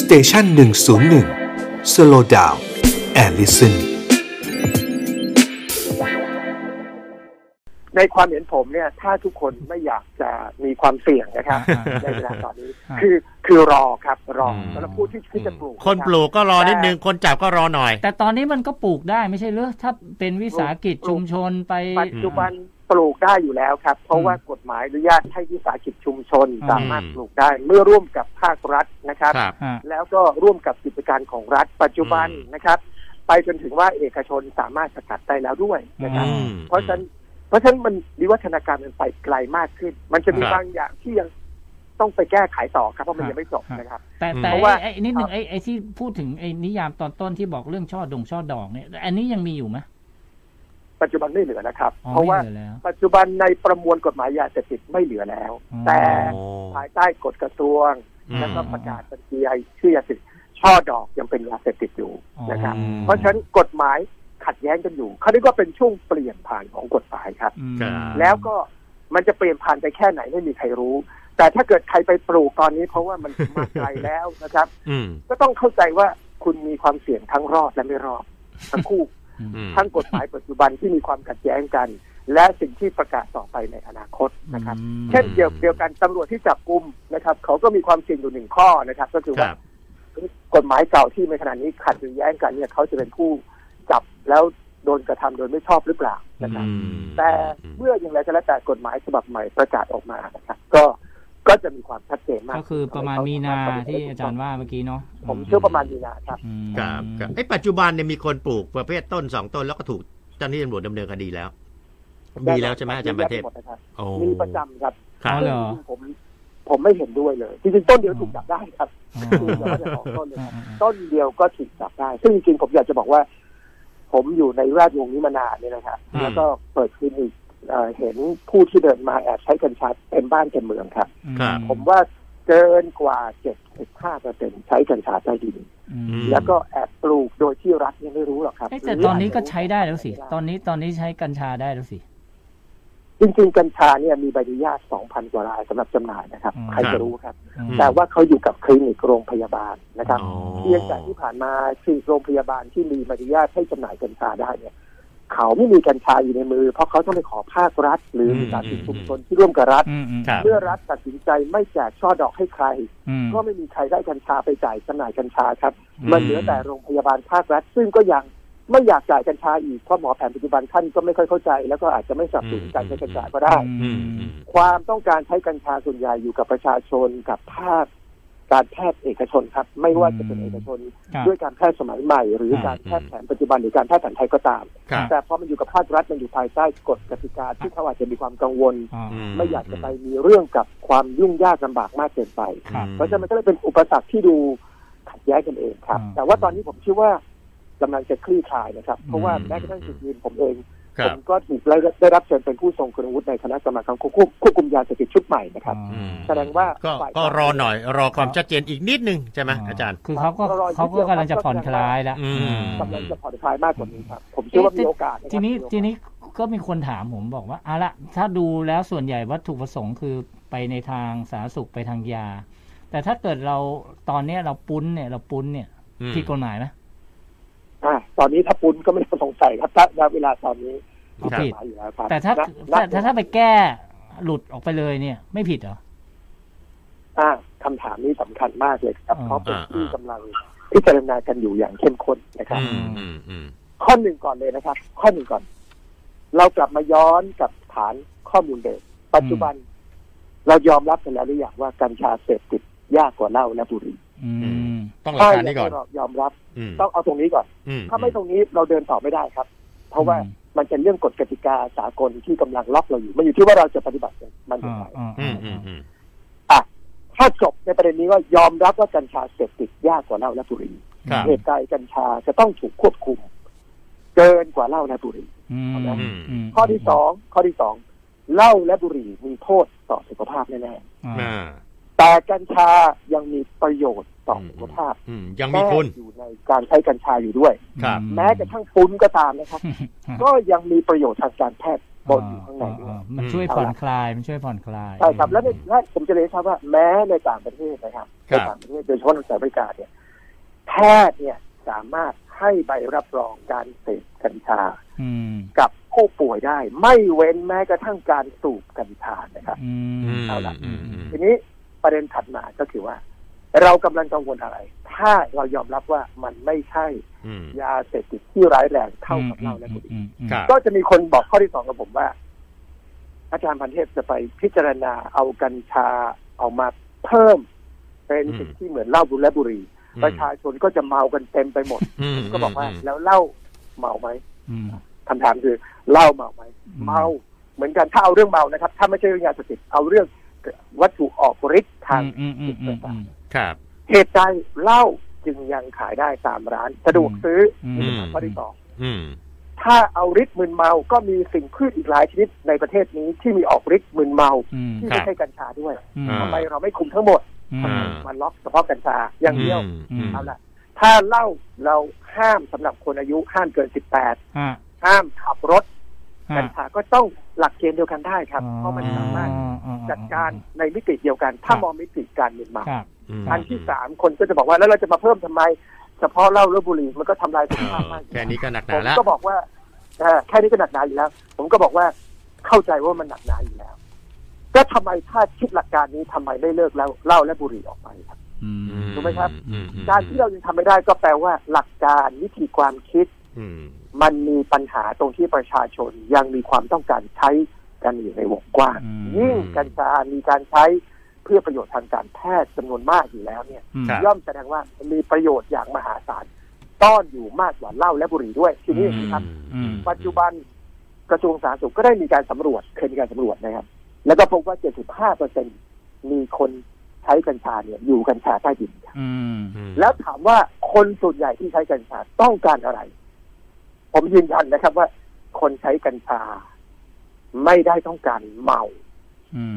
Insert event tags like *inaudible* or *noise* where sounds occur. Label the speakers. Speaker 1: สเตชันหนึ่งศูนย์หนึ่งสโลดาวแอลลิสัน
Speaker 2: ในความเห็นผมเนี่ย ถ้าทุกคนไม่อยากจะมีความเสี่ยงนะครับ ในเวลาตอนนี้ คือคือรอครับรอ
Speaker 3: อืม
Speaker 2: สำหรับผู้ที่ที่จะปลูก
Speaker 3: คนปลูกก็รอนิดนึง คนจับก็รอหน่อย
Speaker 4: แต่ตอนนี้มันก็ปลูกได้ไม่ใช่เหรือถ้าเป็นวิสาหกิจชุมชนไป
Speaker 2: ปัจจุบันปลูกได้อยู่แล้วครับ เพราะว่ากฎหมายอนุญาตให้วิสาหกิจชุมชน
Speaker 4: อืม
Speaker 2: สามารถปลูกได้ เมื่อร่วมกับภาครัฐนะครับ
Speaker 3: ครับ
Speaker 4: ฮะ
Speaker 2: แล้วก็ร่วมกับกิจการของรัฐปัจจุบัน
Speaker 3: อืม
Speaker 2: นะครับ ไปจนถึงว่าเอกชนสามารถสกัดได้แล้วด้วยนะครับ
Speaker 3: อืม
Speaker 2: เพราะฉะนั้นเพราะฉะนั้นมันวิวัฒนาการมันไปไกลมากขึ้น มันจะมี
Speaker 3: ครับ
Speaker 2: บางอย่างที่ยังต้องไปแก้ไขต่อครับเพราะมัน
Speaker 4: ครับ
Speaker 2: ยังไม่จบนะครับ
Speaker 4: แต่แต่
Speaker 3: เพ
Speaker 2: ราะว่า
Speaker 4: ไอ้ไอ้นิดหนึ่งไอ้ไอ้ที่พูดถึงไอ้นิยามตอนต้นที่บอกเรื่องช่อดงช่อดอกเนี่ยอันนี้ยังมีอยู่ไหม
Speaker 2: ปัจจุบันไม่เหลือนะครับ
Speaker 4: อ๋อ
Speaker 2: เพราะว่า
Speaker 4: ไม่เหลือแล้ว
Speaker 2: ปัจจุบันในประมวลกฎหมายยาเสพติดไม่เหลือแล้ว
Speaker 4: อ๋อ
Speaker 2: แต่
Speaker 3: โอ้
Speaker 2: ภายใต้กฎกระทรวง
Speaker 3: อืม
Speaker 2: แล้วก็ประกาศบัญชีรายชื่อยาเสพติดช่อดอกยังเป็นยาเสพติดอยู่นะครับ
Speaker 3: อืม
Speaker 2: เพราะฉะนั้นกฎหมายขัดแย้งกันอยู่เขาเรียกว่าเป็นช่วงเปลี่ยนผ่านของกฎหมายครับ
Speaker 4: อืม
Speaker 3: ครับ
Speaker 2: แล้วก็มันจะเปลี่ยนผ่านไปแค่ไหนไม่มีใครรู้ แต่ถ้าเกิดใครไปปลูกตอนนี้ เพราะว่ามัน มาไกลแล้วนะครับ *laughs*
Speaker 3: อืม
Speaker 2: ก็ต้องเข้าใจว่าคุณมีความเสี่ยงทั้งรอดและไม่รอดทั้งคู่
Speaker 3: *laughs* อืม
Speaker 2: ทั้งกฎหมายปัจจุบันที่มีความขัดแย้งกัน และสิ่งที่ประกาศต่อไปในอนาคตนะครับ
Speaker 4: อืม
Speaker 2: เช่นเดียวเดียวกันตำรวจที่จับกลุ่มนะครับ เขาก็มีความเสี่ยงอยู่หนึ่งข้อนะครับ ก็คือ
Speaker 3: ค
Speaker 2: ว่า
Speaker 3: รับ
Speaker 2: กฎหมายเก่าที่ในขณะนี้ขัดหรือแย้งกันเนี่ยเขาจะเป็นผู้จับแล้วโดนกระทำโดยไม่ชอบหรือเปล่านะครับ
Speaker 3: อืม
Speaker 2: แต่เมื่ออย่างไรก็แล้วแต่กฎหมายฉบับใหม่ประกาศออกมานะครับก็ก็จะมีความชัดเจนมาก
Speaker 4: ก็คือประมาณมีนาที่อาจารย์ว่าเมื่อกี้เนาะ
Speaker 2: ผมเชื่อประมาณมีนาครับ
Speaker 4: อืม
Speaker 3: ครับครับไอ้ปัจจุบันเนี่ยมีคนปลูกประเภทต้นสองต้นแล้วก็ถูกเจ้าหน้าที่ตำรวจดำเนินคดีแล้ว มีแล้วใช่ไหมอาจารย์ประเทศ
Speaker 2: มีแยกไหมดนะครับ
Speaker 3: โอ้
Speaker 2: มีประจำครับ
Speaker 3: ครับ
Speaker 4: อ๋อเหรอ
Speaker 2: ซึ่งผมผมไม่เห็นด้วยเลยจริงๆต้นเดียวถูกจับได้ครับ
Speaker 4: อ๋อ
Speaker 2: คือเดี๋ยวก็จะสองต้นเลย
Speaker 4: อ่า
Speaker 2: ครับ
Speaker 4: อ่าอ่า
Speaker 2: ต้นเดียวก็ถูกจับได้ ซึ่งจริงๆผมอยากจะบอกว่า ผมอยู่ในแวดวงนี้มานานเนี่ยนะครับ
Speaker 3: อืม
Speaker 2: แล้วก็เปิดคลินิกเอ่อเห็นผู้ที่เดินมาแอบใช้กัญชาเต็มบ้านเต็มเมืองครับ
Speaker 3: ครับ
Speaker 2: ผมว่าเกินกว่า 75เปอร์เซ็นใช้กัญชาใต้ดิน
Speaker 4: อืม
Speaker 3: ม
Speaker 2: แล้วก็แอบปลูกโดยที่รัฐยังไม่รู้หรอกครับ
Speaker 4: เอ๊ะแต่ตอนนี้ก็ใช้ได้แล้วสิ ตอนนี้ตอนนี้ใช้กัญชาได้แล้วสิ
Speaker 2: จริงๆ กัญชาเนี่ยมีใบอนุญาต 2,000 กว่ารายสำหรับจำหน่ายนะครับ
Speaker 4: อืม
Speaker 2: ใครจะรู้ครับ
Speaker 4: อืม
Speaker 2: แต่ว่าเขาอยู่กับคลินิกโรงพยาบาลนะครับ
Speaker 3: อ๋อ
Speaker 2: เพียงแต่ที่ผ่านมาคือโรงพยาบาลที่มีใบอนุญาตให้จำหน่ายกัญชาได้เนี่ย เขาไม่มีกัญชาอยู่ในมือ เพราะเขาต้องไปขอภาครัฐ หรือ
Speaker 3: ม
Speaker 2: สถานที่ชุมชน
Speaker 3: อืม
Speaker 2: ที่ร่วมกับรัฐ
Speaker 4: อืมอืม
Speaker 3: ครับ
Speaker 2: เมื่อรัฐตัดสินใจไม่แจกช่อดอกให้ใคร
Speaker 4: อืม
Speaker 2: ก็ไม่มีใครได้กัญชาไปจ่ายจำหน่ายกัญชาครับ
Speaker 4: อืม
Speaker 2: มันเหลือแต่โรงพยาบาลภาครัฐ ซึ่งก็ยังไม่อยากจ่ายกัญชาอีก เพราะหมอแผนปัจจุบันท่านก็ไม่ค่อยเข้าใจ แล้วก็อาจจะไม่สนับสนุนการใช้กัญชาก็ได้
Speaker 3: อืมอืม
Speaker 2: ความต้องการใช้กัญชาส่วนใหญ่อยู่กับประชาชนกับภาคการแพทย์เอกชนครับ ไม่ว่าจะเป็นเอกชน
Speaker 4: ครับ
Speaker 2: ด้วยการแพทย์สมัยใหม่ หรือการแพทย์แผนปัจจุบันหรือการแพทย์แผนไทยก็ตาม
Speaker 3: ครับ
Speaker 2: แต่พอมันอยู่กับภาครัฐมันอยู่ภายใต้กฎกติกาที่เขาอาจจะมีความกังวล
Speaker 4: อ๋อ
Speaker 2: ไม่อยากจะไปมีเรื่องกับความยุ่งยากลำบากมากเกินไป
Speaker 4: ครับ
Speaker 2: เพราะฉะนั้นมันก็เลยเป็นอุปสรรคที่ดูขัดแย้งกันเองครับ
Speaker 4: อืม
Speaker 2: แต่ว่าตอนนี้ผมคิดว่ากำลังจะคลี่คลายนะครับ เพ
Speaker 4: อื
Speaker 2: ราะ
Speaker 4: ม
Speaker 2: ว่าแม้กระทั่งจุดยืนผมเอง
Speaker 3: ค
Speaker 2: ผ
Speaker 3: รับ
Speaker 2: มก็ถูกได้รับเชิญเป็นผู้ทรงคุณวุฒิในคณะกรรมการควบคุมควบคุมยาเสพติดชุดใหม่นะครับ
Speaker 4: อ๋อ
Speaker 3: อืม
Speaker 2: แสดงว่า
Speaker 3: ก็
Speaker 2: ฝ่าย
Speaker 3: ก็รอหน่อย รอความชัดเจนอีกนิดนึงใช่ไหมอาจารย์
Speaker 4: คือเขาก็
Speaker 2: ก็รออยู่
Speaker 4: เขาก็กำลังจะผ่อนคลายแล้ว
Speaker 3: อืม
Speaker 4: อืม
Speaker 2: กำลังจะผ่อนคลายมากกว่านี้ครับ ผมเชื่อว่ามี
Speaker 4: เอ๊ะ
Speaker 2: โอกาสะครับ
Speaker 4: ทีนี้
Speaker 2: มีโอกาส
Speaker 4: ทีนี้ก็มีคนถามผมบอกว่าเอาละถ้าดูแล้วส่วนใหญ่วัตถุประสงค์คือไปในทางสาธารณสุขไปทางยา แต่ถ้าเกิดเราตอนเนี้ยเราปุ้นเนี่ยเราปุ้นเนี่ย
Speaker 3: อืม
Speaker 4: ผิดกฎหมายไหม
Speaker 2: อ่ะตอนนี้ถ้าปุ้นก็ไม่ต้องสงสัยครับถ้าณเวลาตอนนี้
Speaker 4: เอา
Speaker 2: กฎ
Speaker 4: ผิด
Speaker 2: หมายอยู่แล้วครับ
Speaker 4: แต่ถ้า
Speaker 2: ณ
Speaker 4: ถ้า
Speaker 2: ณ
Speaker 4: ถ้าถ้าไปแก้หลุดออกไปเลยเนี่ย ไม่ผิดเหรอ
Speaker 2: อ่ะคำถามนี้สำคัญมากเลยครับ
Speaker 4: อ่า
Speaker 2: เพราะเป็นที่
Speaker 3: อ่า
Speaker 2: กำลังพิจารณากันอยู่อย่างเข้มข้นนะครับ
Speaker 3: อืมอืมอืม
Speaker 2: ข้อหนึ่งก่อนเลยนะครับ ข้อหนึ่งก่อน เรากลับมาย้อนกับฐานข้อมูลเดิมปัจจุบัน เรายอมรับกันแล้วหรือยังว่ากัญชาเสพติดยากกว่าเหล้าและบุหรี่
Speaker 4: อืม
Speaker 3: ต้องหลัก
Speaker 2: ถ้า
Speaker 3: การ
Speaker 2: ยั
Speaker 3: นี้ก่อน
Speaker 2: ไม่เรายอมรับ
Speaker 3: อืม
Speaker 2: ต้องเอาตรงนี้ก่อน
Speaker 3: อืม
Speaker 2: ถ้าไม่ตรงนี้เราเดินต่อไม่ได้ครับ เพราะว่า
Speaker 4: อืม
Speaker 2: มันเป็นเรื่องกฎกติกาสากลที่กำลังล็อกเราอยู่ มันอยู่ที่ว่าเราจะปฏิบัติมันอย่า
Speaker 4: อ่าง
Speaker 2: ไร
Speaker 4: อ่า
Speaker 3: อื
Speaker 4: อ่าม
Speaker 3: อืมอืม
Speaker 2: อ่ะถ้าจบในประเด็นนี้ว่ายอมรับว่ากัญชาเสพติดยากกว่าเหล้าและบุหรี่
Speaker 3: ครับ
Speaker 2: เหตุใดกัญชาจะต้องถูกควบคุม เกินกว่าเหล้าและบุหรี่
Speaker 4: อืมม
Speaker 2: ข้อที่สองข้อที่สองเหล้าและบุหรี่มีโทษต่อสุขภาพแน่
Speaker 4: อ่า
Speaker 3: อ่า
Speaker 2: ๆแต่กัญชายังมีประโยชน์ต่อสุขภาพ
Speaker 3: อืมยังมีคุณ
Speaker 2: แอยู่ในการใช้กัญชาอยู่ด้วย
Speaker 3: ครับ
Speaker 4: อืม
Speaker 2: แม้กระทั่งฟุ้นก็ตามนะครับ
Speaker 4: ฮะ
Speaker 2: ก็ยังมีประโยชน์ทางการแพทย์ ปนอยู่ข้างในด้วย
Speaker 4: อ่าอ่ามันช่วยผ่อนคลายมันช่วยผ่อนคลาย
Speaker 2: ใช่ครับแล้วในและผมจะเรียนให้ทราบว่าแม้ในต่างประเทศนะครับ
Speaker 3: ครั
Speaker 2: ใน
Speaker 3: บ
Speaker 2: ต่างประเทศโดยเฉพาะในสหรัฐอเมริกาเนี่ยแพทย์เนี่ยสามารถให้ใบรับรองการเสพกัญชา
Speaker 4: อืม
Speaker 2: กับผู้ป่วยได้ ไม่เว้นแม้กระทั่งการสูบกัญชานะครับ
Speaker 4: อื
Speaker 3: อื
Speaker 4: ม
Speaker 3: ม
Speaker 2: เอาละ
Speaker 3: อืมอืม
Speaker 2: ทีนี้ประเด็นถัดมาก็คือว่า เรากำลังกังวลอะไร ถ้าเรายอมรับว่ามันไม่ใช่
Speaker 3: อืม
Speaker 2: ยาเสพติดที่ร้ายแรงเท่ากับเหล้าและบุหรี่
Speaker 4: อืมอืม
Speaker 3: ครับ
Speaker 2: ก็จะมีคนบอกข้อที่สองกับผมว่า อาจารย์พันเทพจะไปพิจารณาเอากัญชาเอามาเพิ่ม เป็น
Speaker 3: อืม
Speaker 2: สิ่งที่เหมือนเหล้าบุและบุหรี่ประชาชนก็จะเมากันเต็มไปหมด
Speaker 3: ม
Speaker 2: ก็บอกว่า
Speaker 3: ม
Speaker 2: แล้วเหล้าเมาไหม
Speaker 4: อืม
Speaker 2: คำถามคือเหล้าเมาไหม
Speaker 4: อืม
Speaker 2: เมาเหมือนกันถ้าเอาเรื่องเมานะครับ ถ้าไม่ใช่เรื่องยาเสพติดเอาเรื่องวัตถุออกฤทธิ์ทาง
Speaker 4: อืมอืมอืมอืม
Speaker 3: ครับ
Speaker 2: เหตุใดเหล้าจึงยังขายได้ตามร้านสะดวกซื้ออ
Speaker 4: ม
Speaker 2: นี่คือข้อที่สอง
Speaker 3: อืม
Speaker 2: ถ้าเอาฤทธิ์มึนเมา ก็มีสิ่งพืชอีกหลายชนิดในประเทศนี้ที่มีออกฤทธิ์มึนเมา
Speaker 4: อืม
Speaker 2: ที่
Speaker 3: ครั
Speaker 2: ไม่
Speaker 3: บ
Speaker 2: ใช่กัญชาด้วย
Speaker 4: อืม
Speaker 3: อ่า
Speaker 2: ทำไมเราไม่คุมทั้งหมด
Speaker 4: อืม
Speaker 3: อ่า
Speaker 2: มันล็อกเฉพาะกัญชาอย่างเดียว
Speaker 3: อืม
Speaker 2: เอาละถ้าเหล้าเราห้ามสำหรับคนอายุห้ามเกิน
Speaker 4: ฮะ
Speaker 2: 18 ห้ามขับรถ
Speaker 4: ฮะ
Speaker 2: กัญชาก็ต้องหลักเกณฑ์เดียวกันได้ครับ เพราะมันสามารถ
Speaker 4: อ๋ออ๋ออ๋อ
Speaker 2: จัดการในมิติเดียวกัน ถ้ามองมิติการมึนเมา
Speaker 4: ครับ
Speaker 3: อืม
Speaker 2: อันที่สามคนก็จะบอกว่าแล้วเราจะมาเพิ่มทำไม เฉพาะเหล้าและบุหรี่มันก็ทำลายสุขภาพมากอยู่
Speaker 3: แค่
Speaker 2: ล้ว
Speaker 3: นี้ก็หนักห
Speaker 2: ผ
Speaker 3: นาม แล้ว
Speaker 2: ก็บอกว่าเอ่อแค่นี้ก็หนักหนาอยู่แล้ว ผมก็บอกว่าเข้าใจว่ามันหนักหนาอยู่แล้ว ก็ทำไมถ้าคิดหลักการนี้ทำไมไม่เลิกแล้วเหล้าและบุหรี่ออกไปครับ
Speaker 4: อืม
Speaker 3: อื
Speaker 2: ถูกไหมครับ
Speaker 3: อืมอืม
Speaker 2: การที่เรายังทำไม่ได้ก็แปลว่าหลักการวิธีความคิด
Speaker 3: อืม
Speaker 2: มันมีปัญหาตรงที่ประชาชนยังมีความต้องการใช้กันอยู่ในวงกว้าง
Speaker 4: อืม
Speaker 2: ยิ่งกัญชามีการใช้เพื่อประโยชน์ทางการแพทย์จำนวนมากอยู่แล้วเนี่ย
Speaker 4: อืม
Speaker 2: ย่อมแสดงว่ามีประโยชน์อย่างมหาศาลต้อนอยู่มากกว่าเหล้าและบุหรี่ด้วยทีนี้ครับ
Speaker 3: อืม
Speaker 2: ปัจจุบันกระทรวงสาธารณสุขก็ได้มีการสำรวจเคยมีการสำรวจนะครับ แล้วก็พบว่า 75เปอร์เซ็นมีคนใช้กัญชาเนี่ยอยู่กัญชาใต้ดินครับ
Speaker 4: อืม
Speaker 3: อืม
Speaker 2: แล้วถามว่าคนส่วนใหญ่ที่ใช้กัญชาต้องการอะไร ผมยืนยันนะครับว่า คนใช้กัญชาไม่ได้ต้องการเมา
Speaker 4: อืม